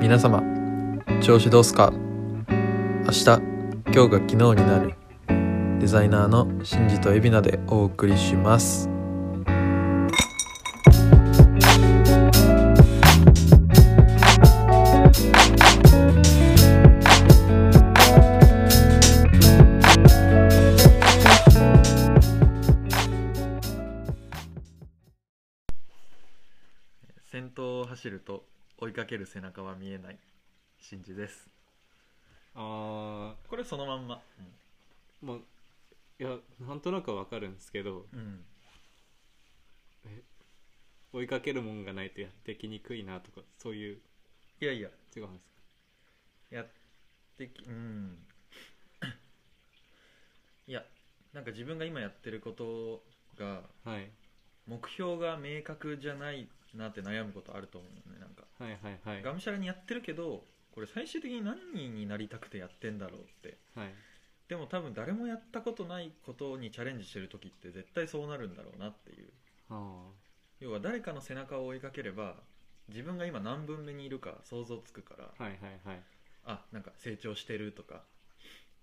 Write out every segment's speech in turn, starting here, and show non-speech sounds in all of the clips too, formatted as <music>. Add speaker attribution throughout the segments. Speaker 1: 皆様調子どうすか明日今日が昨日になるデザイナーのシンジとエビナでお送りします先頭を走ると追いかける背中は見えないシンジです
Speaker 2: あ
Speaker 1: これそのまんま
Speaker 2: ーまあいやなんとなくはわかるんですけど
Speaker 1: うん、うん
Speaker 2: 追いかけるもんがないとやってきにくいなとかそういう
Speaker 1: いやいや
Speaker 2: 違うんですか
Speaker 1: やってきうんいやなんか自分が今やってることが
Speaker 2: はい
Speaker 1: 目標が明確じゃないなって悩むことあると思うのねなんか
Speaker 2: はいはいはい
Speaker 1: がむしゃらにやってるけどこれ最終的に何人になりたくてやってんだろうって
Speaker 2: はい
Speaker 1: でも多分誰もやったことないことにチャレンジしてる時って絶対そうなるんだろうなっていう
Speaker 2: あー
Speaker 1: 要は誰かの背中を追いかければ自分が今何分目にいるか想像つくから、
Speaker 2: はいはいはい
Speaker 1: あなんか成長してるとか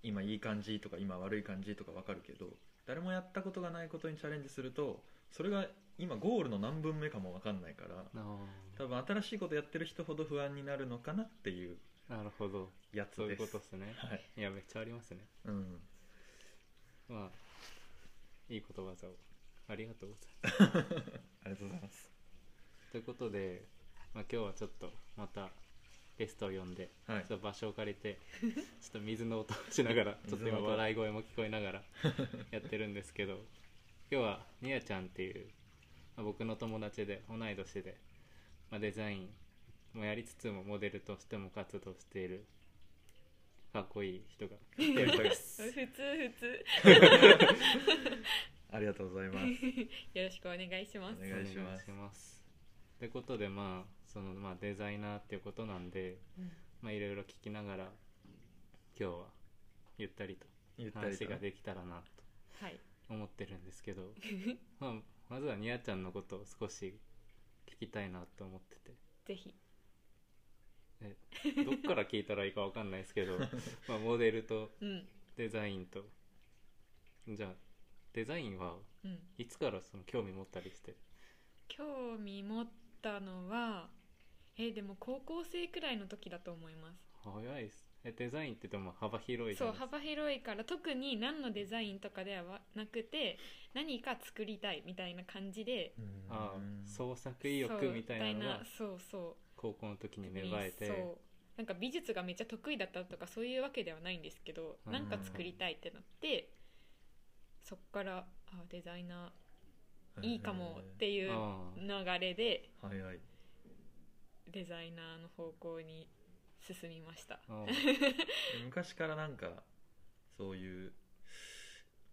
Speaker 1: 今いい感じとか今悪い感じとかわかるけど誰もやったことがないことにチャレンジするとそれが今ゴールの何分目かもわかんないから
Speaker 2: あ
Speaker 1: 多分新しいことやってる人ほど不安になるのかなっていう
Speaker 2: ーなるほど
Speaker 1: やつ
Speaker 2: そうい
Speaker 1: で
Speaker 2: う
Speaker 1: す
Speaker 2: ことですね
Speaker 1: はい、
Speaker 2: いやめっちゃありますね
Speaker 1: うん、
Speaker 2: まあいいことわざをありがとうございま
Speaker 1: ありがとうございます
Speaker 2: すということで、まあ、今日はちょっとまたゲストを呼んで
Speaker 1: はい
Speaker 2: ちょっと場所を借りて <laughs> ちょっと水の音をしな
Speaker 1: <laughs>
Speaker 2: がらちょっと
Speaker 1: 水
Speaker 2: 今
Speaker 1: の音
Speaker 2: 笑い声も聞こえな
Speaker 1: <laughs>
Speaker 2: がらやってるんですけど今日はニヤちゃんっていう、まあ僕の友達で同い年で、まあ、デザインもやりつつもモデルとしても活動しているかっこいい人が来てるんです
Speaker 3: 普通普通
Speaker 1: ありがとうございます
Speaker 2: <laughs>
Speaker 3: <laughs> よろしくお願いします
Speaker 1: お願いします
Speaker 2: ますってことでまあその、まあ、デザイナーっていうことなんで、
Speaker 3: うん
Speaker 2: まあ、いろいろ聞きながら今日はゆったりと
Speaker 1: ゆったりと
Speaker 2: 話ができたらなと
Speaker 3: はい
Speaker 2: 思ってるんですけど、 <laughs> まあ、まずはにやちゃんのことを少し聞きたいなと思って
Speaker 3: ぜひ <laughs>
Speaker 2: てどっから聞いたらいいかわかんないですけどまあモデルと
Speaker 3: うん
Speaker 2: デザインとじゃあデザインは
Speaker 3: うん
Speaker 2: いつからその興味持ったりして
Speaker 3: 興味持ったのはえでも高校生くらいの時だと思います
Speaker 2: 早いっすえデザインってでも幅広いじゃ
Speaker 3: そ
Speaker 2: な
Speaker 3: う
Speaker 2: いですか
Speaker 3: 幅広いから特に何のデザインとかではなくて何か作りたいみたいな感じで
Speaker 1: うん
Speaker 2: ああ創作意
Speaker 3: そう
Speaker 2: 欲みたいなのが
Speaker 3: みたいそうそう
Speaker 2: 高校の時に芽生え
Speaker 3: そう
Speaker 2: て
Speaker 3: なんか美術がめっちゃ得意だったとかそういうわけではないんですけど
Speaker 2: うん
Speaker 3: なんか作りたいってなってそっからあデザイナーいいかもっていう
Speaker 2: ああ
Speaker 3: 流れで
Speaker 1: はいはい
Speaker 3: デザイナーの方向に進みました <laughs>
Speaker 2: ああ
Speaker 1: 昔からなんかそういう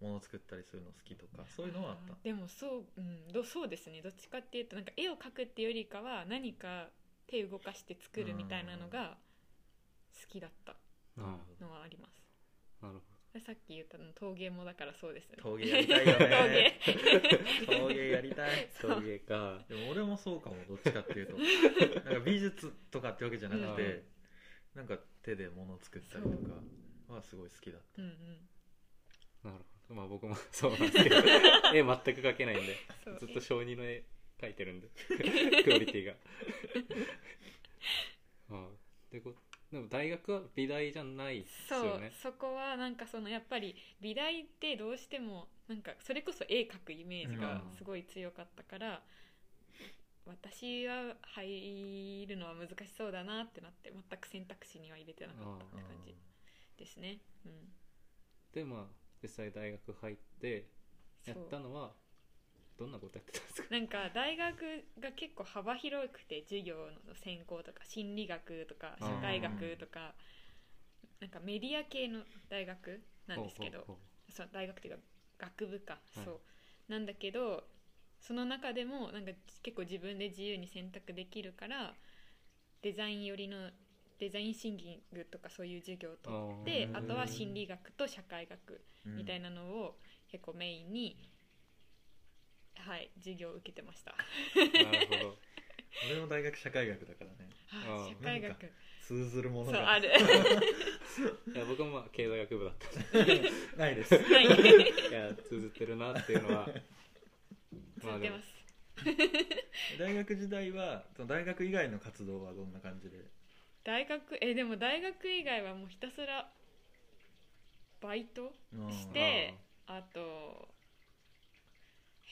Speaker 1: もの作ったりするの好きとかそういうのはあった
Speaker 3: あーでもそう,、うん、どそうですねどっちかっていうとなんか絵を描くっていうよりかは何か手動かして作るみたいなのが好きだった
Speaker 2: あ
Speaker 3: のはあります
Speaker 2: あなる
Speaker 3: でさっき言ったの陶芸もだからそうですね
Speaker 1: 陶芸やりたいよね陶芸
Speaker 3: <laughs>
Speaker 1: やりたい
Speaker 2: ほど陶芸か
Speaker 1: でも俺もそうかもどっちかっていう
Speaker 3: <laughs>
Speaker 1: となんか美術とかってわけじゃなくて、なんか手で物作ったりとかはすごい好きだっ
Speaker 3: 陶芸うんうん
Speaker 2: なるほどまあ僕もそうなん
Speaker 3: <laughs>
Speaker 2: ですけど絵全く描けないんで
Speaker 3: そう
Speaker 2: ずっと小児の絵描いてるんで <laughs> クオリティが <laughs> ああでこでも大学は美大じゃないです
Speaker 3: そう
Speaker 2: よね
Speaker 3: そこはなんかそのやっぱり美大ってどうしてもなんかそれこそ絵描くイメージがすごい強かったから、私は入るのは難しそうだなってなって全く選択肢には入れてなかった
Speaker 1: た
Speaker 3: って感じですね。うん、
Speaker 2: でまあ実際大学入ってやっ
Speaker 3: そう
Speaker 2: たのはどんなことやってたんですか
Speaker 3: なんか大学が結構幅広くて授業の専攻とか心理学とか
Speaker 2: うん
Speaker 3: 社会学とかなんかメディア系の大学なんですけど
Speaker 2: ほうほうほ
Speaker 3: そう大学っていうか学部か、
Speaker 2: はい
Speaker 3: そうなんだけどその中でもなんか結構自分で自由に選択できるからデザイン寄りのデザインシンキングとかそういう授業を取って
Speaker 2: あ
Speaker 3: あ
Speaker 2: ー
Speaker 3: とは心理学と社会学みたい
Speaker 1: な、
Speaker 3: なのを結構メインに、はい授業を受けてました
Speaker 2: うなるほど
Speaker 1: 俺も大学社会学だからね
Speaker 3: あー
Speaker 2: あー
Speaker 3: 社会
Speaker 1: なん
Speaker 3: 学
Speaker 1: す通ずるもの
Speaker 3: そう
Speaker 1: が
Speaker 2: <laughs>
Speaker 3: ある
Speaker 2: いや僕もまあ経済学部だった
Speaker 1: ないです
Speaker 3: ない映
Speaker 2: いや通ずってるなっていう
Speaker 3: <laughs>
Speaker 2: のはまあ
Speaker 3: って
Speaker 2: でも
Speaker 3: ます
Speaker 1: 大学時代はその大学以外の活動はどんな感じで
Speaker 3: 大学えでも大学以外はもうひたすらバイトしてあと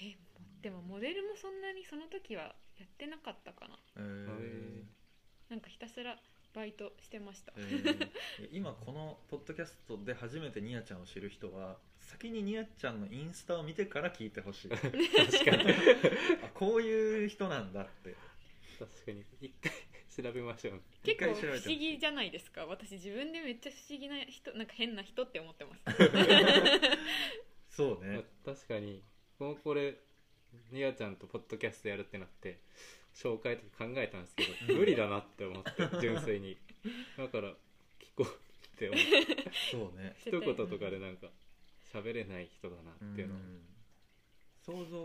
Speaker 3: えでもモデルもそんなにその時はやってなかったかな
Speaker 1: あー
Speaker 2: あ
Speaker 1: え
Speaker 2: ー
Speaker 1: ー
Speaker 3: なんかひたすらバイトしてました、
Speaker 1: えー今このポッドキャストで初めてニヤちゃんを知る人は先にニヤちゃんのインスタを見てから聞いてほ
Speaker 3: <laughs>
Speaker 1: しいあ
Speaker 2: 確かに
Speaker 1: こういう人なんだって
Speaker 2: 確かに一回調べましょうね
Speaker 1: 一
Speaker 3: 結構
Speaker 1: 回
Speaker 3: 不
Speaker 1: 調べてほしい
Speaker 3: 思議じゃないですか私自分でめっちゃ不思議な人なんか変な人って思ってます
Speaker 2: <laughs>
Speaker 1: そうね
Speaker 2: まあ確かにもうこれニアちゃんとポッドキャストやるってなって紹介とか考えたんですけど無理だなって思って純粋にだから聞こうって思って
Speaker 1: そうね
Speaker 2: 一言とかでなんか喋れない人だなっていうのを
Speaker 1: うん想像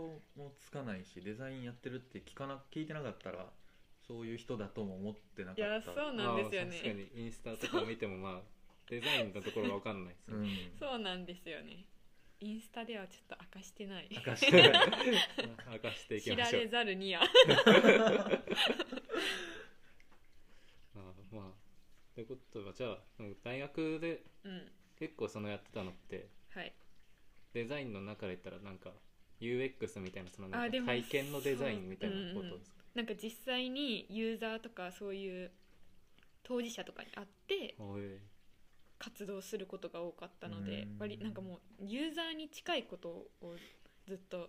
Speaker 1: もつかないしデザインやってるって聞かな聞いてなかったらそういう人だとも思ってなか
Speaker 3: い
Speaker 1: った
Speaker 3: やそうなんですよ
Speaker 2: まあ確か
Speaker 3: ね
Speaker 2: にインスタとかを見てもまあデザインのところが分かんないですよ
Speaker 1: う
Speaker 2: ね、
Speaker 1: ん、
Speaker 3: そうなんですよねインスタではちょっと明かしてない
Speaker 1: 明かしてない
Speaker 3: <laughs>
Speaker 2: まあ明かしていき
Speaker 3: 知
Speaker 2: ま
Speaker 3: ら
Speaker 2: しょう
Speaker 3: れざるにや
Speaker 2: ああまあということはじゃあでも大学で
Speaker 3: <laughs> うん
Speaker 2: 結構そのやってたのって
Speaker 3: はい
Speaker 2: デザインの中で言ったらなんか UX みたいなその
Speaker 3: あ
Speaker 2: なん
Speaker 3: で
Speaker 2: か
Speaker 3: も
Speaker 2: 体験のデザインみたいなことですか
Speaker 3: なんか実際にユーザーとかそういう当事者とかに会って
Speaker 2: おい
Speaker 3: 活動することが多かったので
Speaker 1: うん
Speaker 3: 割りなんかもうユーザーに近いことをずっと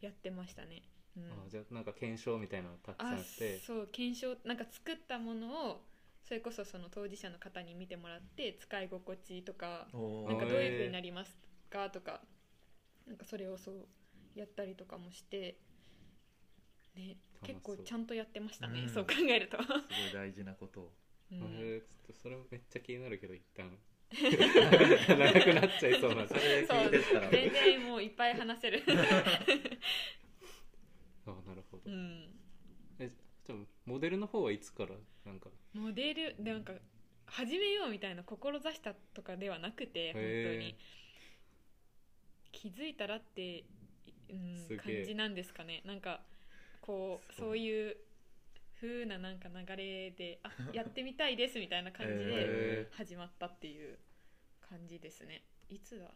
Speaker 3: やってましたね、うん
Speaker 2: あじゃあなんか検証みたいなのたくさん
Speaker 3: あ
Speaker 2: して
Speaker 3: そう検証なんか作ったものをそれこそその当事者の方に見てもらって使い心地とか
Speaker 1: おー
Speaker 3: なんかどういうふうになりますかとかなんかそれをそうやったりとかもして、ね、
Speaker 2: 楽し
Speaker 3: 結
Speaker 2: そう
Speaker 3: 構ちゃんとやってましたね、
Speaker 1: うん
Speaker 3: そう考えると、
Speaker 1: すごい大事なことを
Speaker 3: う
Speaker 2: え
Speaker 3: ん
Speaker 2: ーちょっとそれめっちゃ気になるけど一
Speaker 3: <laughs>
Speaker 2: 旦長くなっちゃいそうなんで
Speaker 1: <laughs> それ
Speaker 3: そう
Speaker 1: 聞いてたら
Speaker 3: 全然もういっぱい話せ
Speaker 1: <laughs>
Speaker 3: る、
Speaker 2: あなるほ
Speaker 3: う
Speaker 2: ど
Speaker 3: ん、
Speaker 2: えじゃあモデルの方はいつからなんか
Speaker 3: モデルでなんか始めようみたいな志したとかではなくて本当に
Speaker 2: へ
Speaker 3: 気づいたらって、うん
Speaker 2: すげ、え
Speaker 3: 感じなんですかねなんかこう
Speaker 2: そう
Speaker 3: そういう風ななんか流れであやってみたいですみたいな感じで
Speaker 1: へ
Speaker 3: 始まったっていう感じですねいつだ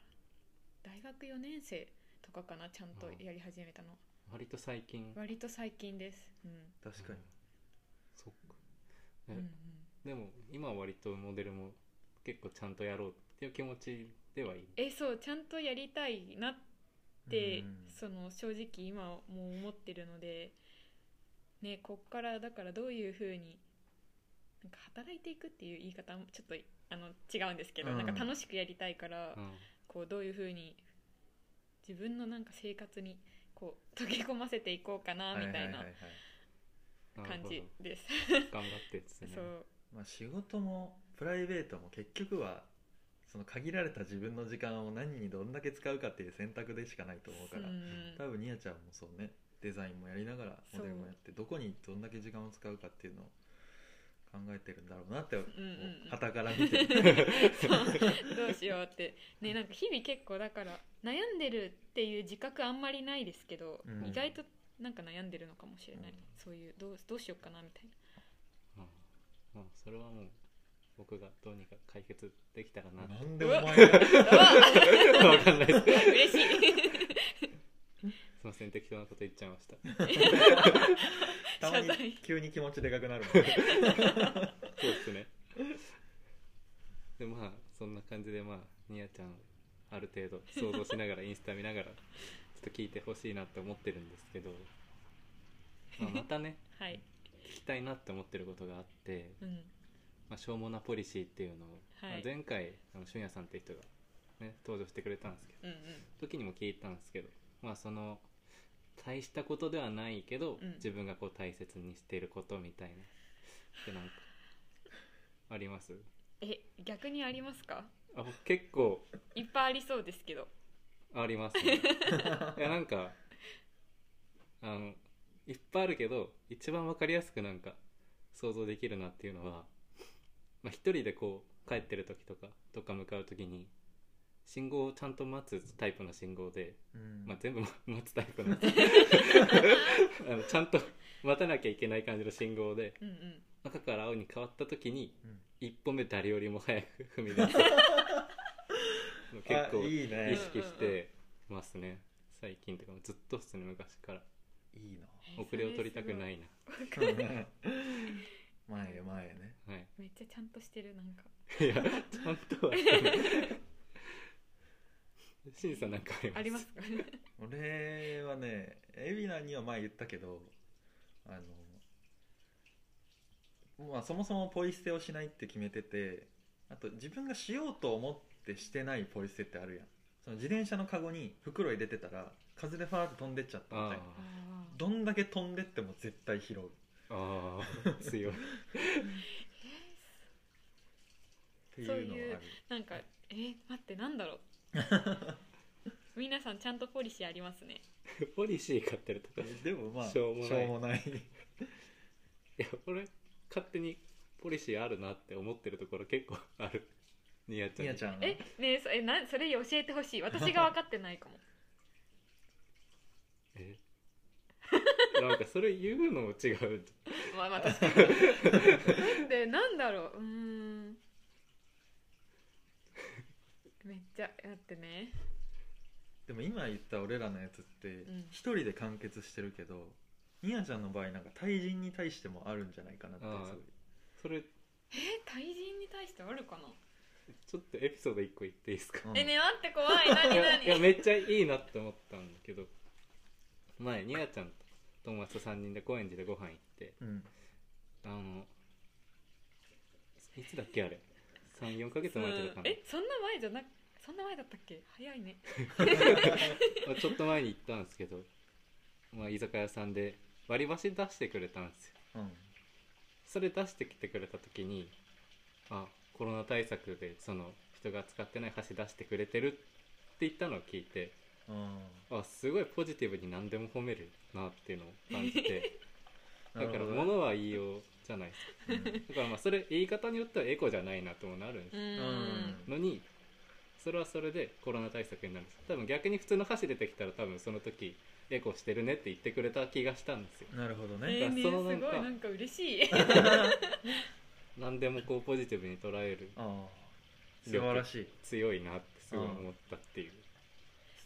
Speaker 3: 大学4年生とかかなちゃんとやり始めたの
Speaker 2: ー割と最近
Speaker 3: 割と最近です、うん
Speaker 1: 確かに
Speaker 2: そっか
Speaker 3: う
Speaker 2: え
Speaker 3: んうん、
Speaker 2: でも今は割とモデルも結構ちゃんとやろうっていう気持ちではいい
Speaker 3: えそうちゃんとやりたいなってって、
Speaker 1: うん
Speaker 3: その正直今もう思ってるので、ね、こっからだからどういうふうになんか働いていくっていう言い方もちょっとあの違うんですけど、
Speaker 1: うん
Speaker 3: なんか楽しくやりたいから、
Speaker 2: うん
Speaker 3: こうどういうふうに自分のなんか生活にこう溶け込ませていこうかなみたいな
Speaker 1: はははは
Speaker 2: なる
Speaker 3: 感
Speaker 2: ほど
Speaker 3: じです。
Speaker 2: 頑張ってですね
Speaker 3: そう
Speaker 1: まあ、仕事もプライベートも結局はその限られた自分の時間を何にどんだけ使うかっていう選択でしかないと思うから、
Speaker 3: うん
Speaker 1: 多分ニヤちゃんもそうねデザインもやりながら
Speaker 3: そ
Speaker 1: モ
Speaker 3: う
Speaker 1: デルもやってどこにどんだけ時間を使うかっていうのを考えてるんだろうなって
Speaker 3: うんうんうん
Speaker 1: はたから見て
Speaker 3: <laughs> どうしようって、ね、なんか日々結構だから悩んでるっていう自覚あんまりないですけど、
Speaker 1: うん
Speaker 3: 意外となんか悩んでるのかもしれない、
Speaker 1: うん
Speaker 3: そういうどうどうしようかなみたいな
Speaker 2: うんまあそれはもう僕がどうにか解決できたらな
Speaker 1: な
Speaker 2: と
Speaker 1: んでお前が
Speaker 3: <laughs>
Speaker 2: 分かんないですすい
Speaker 3: 嬉しい
Speaker 2: ません適当なこと言っちゃいました
Speaker 1: た
Speaker 3: <laughs>
Speaker 1: まに
Speaker 3: 謝罪
Speaker 1: 急に気持ちでかくなるもんね
Speaker 2: そうですねでまあそんな感じでまあニヤちゃんある程度想像しながらインスタ見ながらちょっと聞いてほしいなって思ってるんですけど、まあ、またね
Speaker 3: <laughs> はい、
Speaker 2: 聞きたいなって思ってることがあって、
Speaker 3: うん、
Speaker 2: まあ、しょうもなポリシーっていうのを、
Speaker 3: はい
Speaker 2: まあ前回あの俊也さんって人が、ね、登場してくれたんですけど
Speaker 3: うん
Speaker 2: 時にも聞いたんですけどまあその大したことではないけど、
Speaker 3: うん
Speaker 2: 自分がこう大切にしていることみたいなってなんかあります
Speaker 3: うんえ逆にありますか
Speaker 2: あ僕結構
Speaker 3: いっぱいありそうですけど
Speaker 2: あります
Speaker 3: <laughs>
Speaker 2: ねいやなんかあのいっぱいあるけど一番わかりやすくなんか想像できるなっていうのはまあ、一人でこう帰ってる時とかどっか向かう時に信号をちゃんと待つタイプの信号で、
Speaker 1: うん
Speaker 2: まあ、全部 <laughs> 待つタイプの <laughs> あのちゃんと待たなきゃいけない感じの信号で
Speaker 3: うんうん
Speaker 2: 赤から青に変わった時に
Speaker 1: うん
Speaker 2: 一歩目誰よりも早く踏 <laughs> み出す結
Speaker 1: あ
Speaker 2: 構
Speaker 1: いい
Speaker 2: 意
Speaker 1: ね
Speaker 2: 識してますね最近とかもずっとっすね昔から
Speaker 1: いいな
Speaker 2: 遅れを取りたくないな
Speaker 3: <laughs>
Speaker 1: <laughs> 前へ前へね
Speaker 2: はい
Speaker 3: めっちゃちゃんとしてるなんか
Speaker 2: <laughs> いやちゃんとはして <laughs> ないしんさんなんか
Speaker 3: あ
Speaker 2: あ
Speaker 3: り
Speaker 2: り
Speaker 3: ま
Speaker 2: ますす
Speaker 3: か
Speaker 1: 俺はね海老名には前言ったけどあの、まあ、そもそもポイ捨てをしないって決めててあと自分がしようと思ってしてないポイ捨てってあるやんその自転車のカゴに袋入れてたら風でファーって飛んでっちゃったみ
Speaker 2: あ
Speaker 1: たいな
Speaker 3: あー
Speaker 1: どんだけ飛んでっても絶対拾う
Speaker 2: あああ強い
Speaker 1: っていうのはある
Speaker 3: そういうなんかえー待ってなんだ <laughs> ろう皆さんちゃんとポリシーありますね
Speaker 2: ポリシー買ってるとかい
Speaker 1: でもまあ
Speaker 2: しょうもない
Speaker 1: しょうも
Speaker 2: <laughs>
Speaker 1: ない
Speaker 2: や俺勝手にポリシーあるなって思ってるところ結構あるニヤちゃん
Speaker 1: みやちゃんは
Speaker 3: えねえそえなそれ教えてほしい私が分かってないかも
Speaker 2: えなんかそれ言うのも違う
Speaker 3: まあまあ確かにでなんだろううーんめっちゃだってね
Speaker 1: でも今言った俺らのやつって
Speaker 3: うん
Speaker 1: 一人で完結してるけど、ニアちゃんの場合なんか対人に対してもあるんじゃないかなって
Speaker 2: ああ
Speaker 1: すごい
Speaker 2: それ
Speaker 3: え対人に対してあるかな、
Speaker 2: ちょっとエピソード1個言っていいですか、
Speaker 1: うん
Speaker 3: えねえ待って怖い何
Speaker 2: い
Speaker 3: 何
Speaker 2: やいやめっちゃいいなって思ったんだけど前ニヤちゃんと友達と3人で高円寺でご飯行って
Speaker 3: <laughs>
Speaker 1: うん
Speaker 2: あのいつだっけあれ34ヶ月前とかかな
Speaker 3: <laughs> えそんな前じゃなそんな前だったっけ早いね
Speaker 2: まあちょっと前に行ったんですけど、まあ、居酒屋さんで割り箸出してくれたんですよ
Speaker 1: うん
Speaker 2: それ出してきてくれた時にあコロナ対策でその人が使ってない箸出してくれてるって言ったのを聞いて
Speaker 1: うん
Speaker 2: あすごいポジティブに何でも褒めるなっていうのを感じてだ
Speaker 1: な
Speaker 2: から
Speaker 1: るほどね
Speaker 2: 物は言いようじゃないです
Speaker 1: うん
Speaker 2: だからまあそれ言い方によってはエコじゃないなともなるんで
Speaker 3: う
Speaker 2: す
Speaker 3: ーん
Speaker 1: うん
Speaker 2: のにそれはそれでコロナ対策になるんです多分逆に普通の箸出てきたら多分その時エコしてるねって言ってくれた気がしたんですよ
Speaker 1: なるほど
Speaker 3: え
Speaker 1: ね
Speaker 3: ーね
Speaker 2: そ
Speaker 3: す
Speaker 2: の
Speaker 3: ご
Speaker 2: ないんか
Speaker 3: なんか嬉しい <laughs>
Speaker 2: 何でもこうポジティブに捉える
Speaker 1: ああ素晴らしい
Speaker 2: 強いなってすごい思ったっていう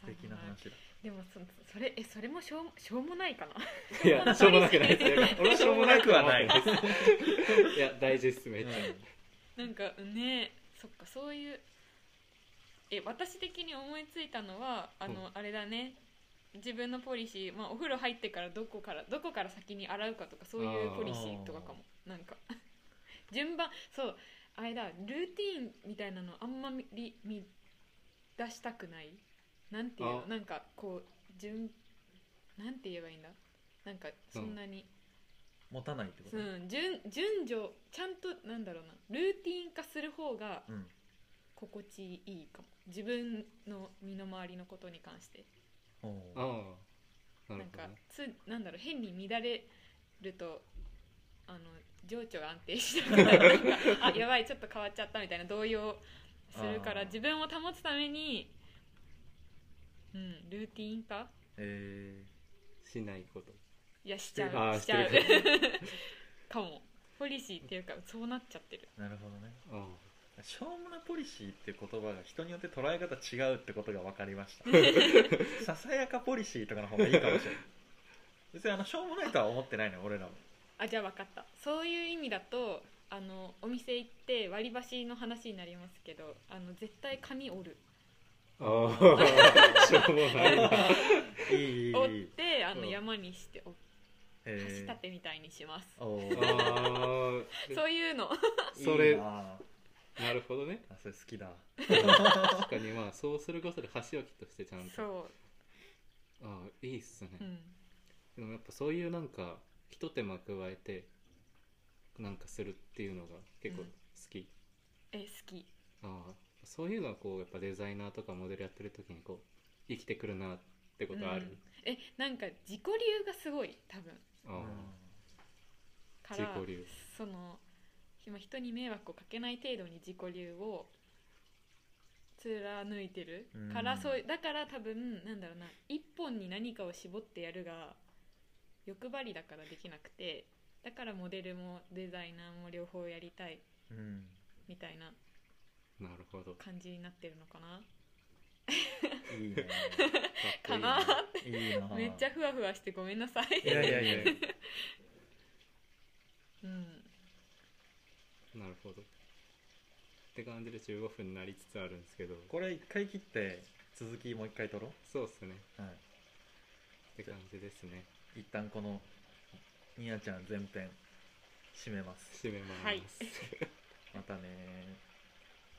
Speaker 1: 素敵な話だ
Speaker 3: でもそそれえそれもしょうしょうもないかな
Speaker 2: いやしょうもなくないですよ俺は
Speaker 1: しょうもなくはない
Speaker 2: しょうもなくはないですいや大事ですめっちゃ
Speaker 3: なんかねそっかそういうえ私的に思いついたのはあの、
Speaker 2: う
Speaker 3: あれだね自分のポリシー、まあ、お風呂入ってからどこからどこから先に洗うかとかそういうポリシーとかかもなんか <laughs> 順番そうあれだルーティーンみたいなのあんまり見見出したくないなんていうの
Speaker 2: あ
Speaker 3: なんかこう順なんて言えばいいんだなんかそんなに、
Speaker 1: 持たないってことね
Speaker 3: うん、順順序ちゃんとなんだろうなルーティン化する方が
Speaker 1: うん
Speaker 3: 心地いいかも自分の身の回りのことに関して
Speaker 1: お
Speaker 2: あ
Speaker 1: う
Speaker 2: あな
Speaker 3: な
Speaker 2: る
Speaker 3: ん
Speaker 2: ほど
Speaker 3: か
Speaker 2: ね
Speaker 3: つなんだろう変に乱れるとあの情緒が安定しなくなる
Speaker 2: <laughs>
Speaker 3: あやばいちょっと変わっちゃったみたいな動揺するか
Speaker 1: あ
Speaker 3: ら
Speaker 1: ー
Speaker 3: 自分を保つために、うん、ルーティン化
Speaker 1: え
Speaker 2: しないこと
Speaker 3: いやしち
Speaker 1: し
Speaker 3: ゃ
Speaker 1: て
Speaker 2: るあー
Speaker 3: うしちゃう
Speaker 2: して
Speaker 3: <laughs> かもポリシーっていうかそうなっちゃってる
Speaker 1: ーなるほどね
Speaker 2: ああ
Speaker 1: しょうもなポリシーって言葉が人によって捉え方違うってことが分かりましたさ
Speaker 3: <laughs>
Speaker 1: さやかポリシーとかの方がいいかもしれない別にあのしょうもないとは思ってないのよ俺らも
Speaker 3: あじゃあ分かったそういう意味だとあのお店行って割り箸の話になりますけどあの絶対紙折る
Speaker 2: ああしょうもないない
Speaker 3: <laughs>
Speaker 1: いいいい
Speaker 3: 折ってあの
Speaker 2: うん
Speaker 3: 山にしてお箸
Speaker 1: え
Speaker 3: 立てみたいにします、
Speaker 1: ー、おー
Speaker 2: ああ
Speaker 3: そういうの
Speaker 2: それ
Speaker 1: いいなあ
Speaker 2: なるほどね
Speaker 1: あそれ好きだ
Speaker 2: 確かにまあそうすることで箸置きとしてちゃんと
Speaker 3: そ
Speaker 2: ああいいっすね、
Speaker 3: う、うん、
Speaker 2: でもやっぱそういうなんかひと手間加えてなんかするっていうのが結構好き、
Speaker 3: え好き
Speaker 2: ああそういうのはこうやっぱデザイナーとかモデルやってる時にこう生きてくるなってことある、
Speaker 3: えなんか自己流がすごい多分
Speaker 2: ああ
Speaker 1: うん
Speaker 3: から
Speaker 2: 自己流
Speaker 3: その今人に迷惑をかけない程度に自己流を貫いてるから、
Speaker 1: うん
Speaker 3: そうだから多分なんだろうな一本に何かを絞ってやるが欲張りだからできなくてだからモデルもデザイナーも両方やりたい
Speaker 1: うん
Speaker 3: みたいな
Speaker 2: なるほど。
Speaker 3: 感じになってるのかな。
Speaker 1: いいね
Speaker 3: かな
Speaker 2: っこ
Speaker 1: いいな
Speaker 3: <laughs> めっちゃふわふわしてごめんなさい。
Speaker 1: いやいやいや
Speaker 3: うん、
Speaker 2: いいななるほど。って感じで15分になりつつあるんですけど、
Speaker 1: これ一回切って続きもう一回撮ろ
Speaker 2: そうっすね。
Speaker 1: う、は
Speaker 2: って感じですね。
Speaker 1: い、一旦このニヤちゃん全編締めます
Speaker 2: 締めます。
Speaker 3: はい
Speaker 1: またねー